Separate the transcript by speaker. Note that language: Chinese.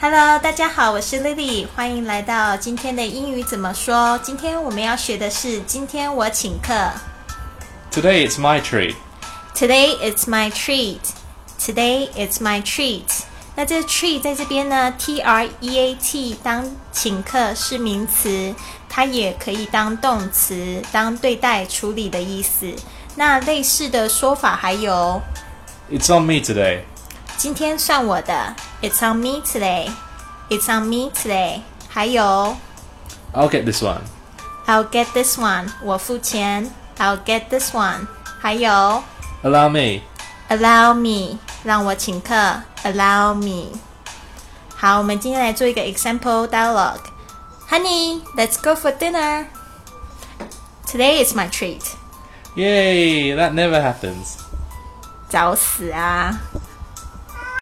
Speaker 1: Hello，大家好，我是 Lily，欢迎来到今天的英语怎么说。今天我们要学的是今天我请客。
Speaker 2: Today it's my treat.
Speaker 1: Today it's my treat. Today it's my treat. 那这 treat 在这边呢，t r e a t 当请客是名词，它也可以当动词，当对待、处理的意思。那类似的说法还有
Speaker 2: It's on me today.
Speaker 1: 今天算我的，It's on me today. It's on me today. 还有
Speaker 2: I'll get this one.
Speaker 1: I'll get this one. 我付钱。I'll get this one. 还有
Speaker 2: Allow me.
Speaker 1: Allow me. 让我请客。Allow me. 好，我们今天来做一个 example dialogue. Honey, let's go for dinner. Today is my treat.
Speaker 2: Yay, that never happens.
Speaker 1: 找死啊！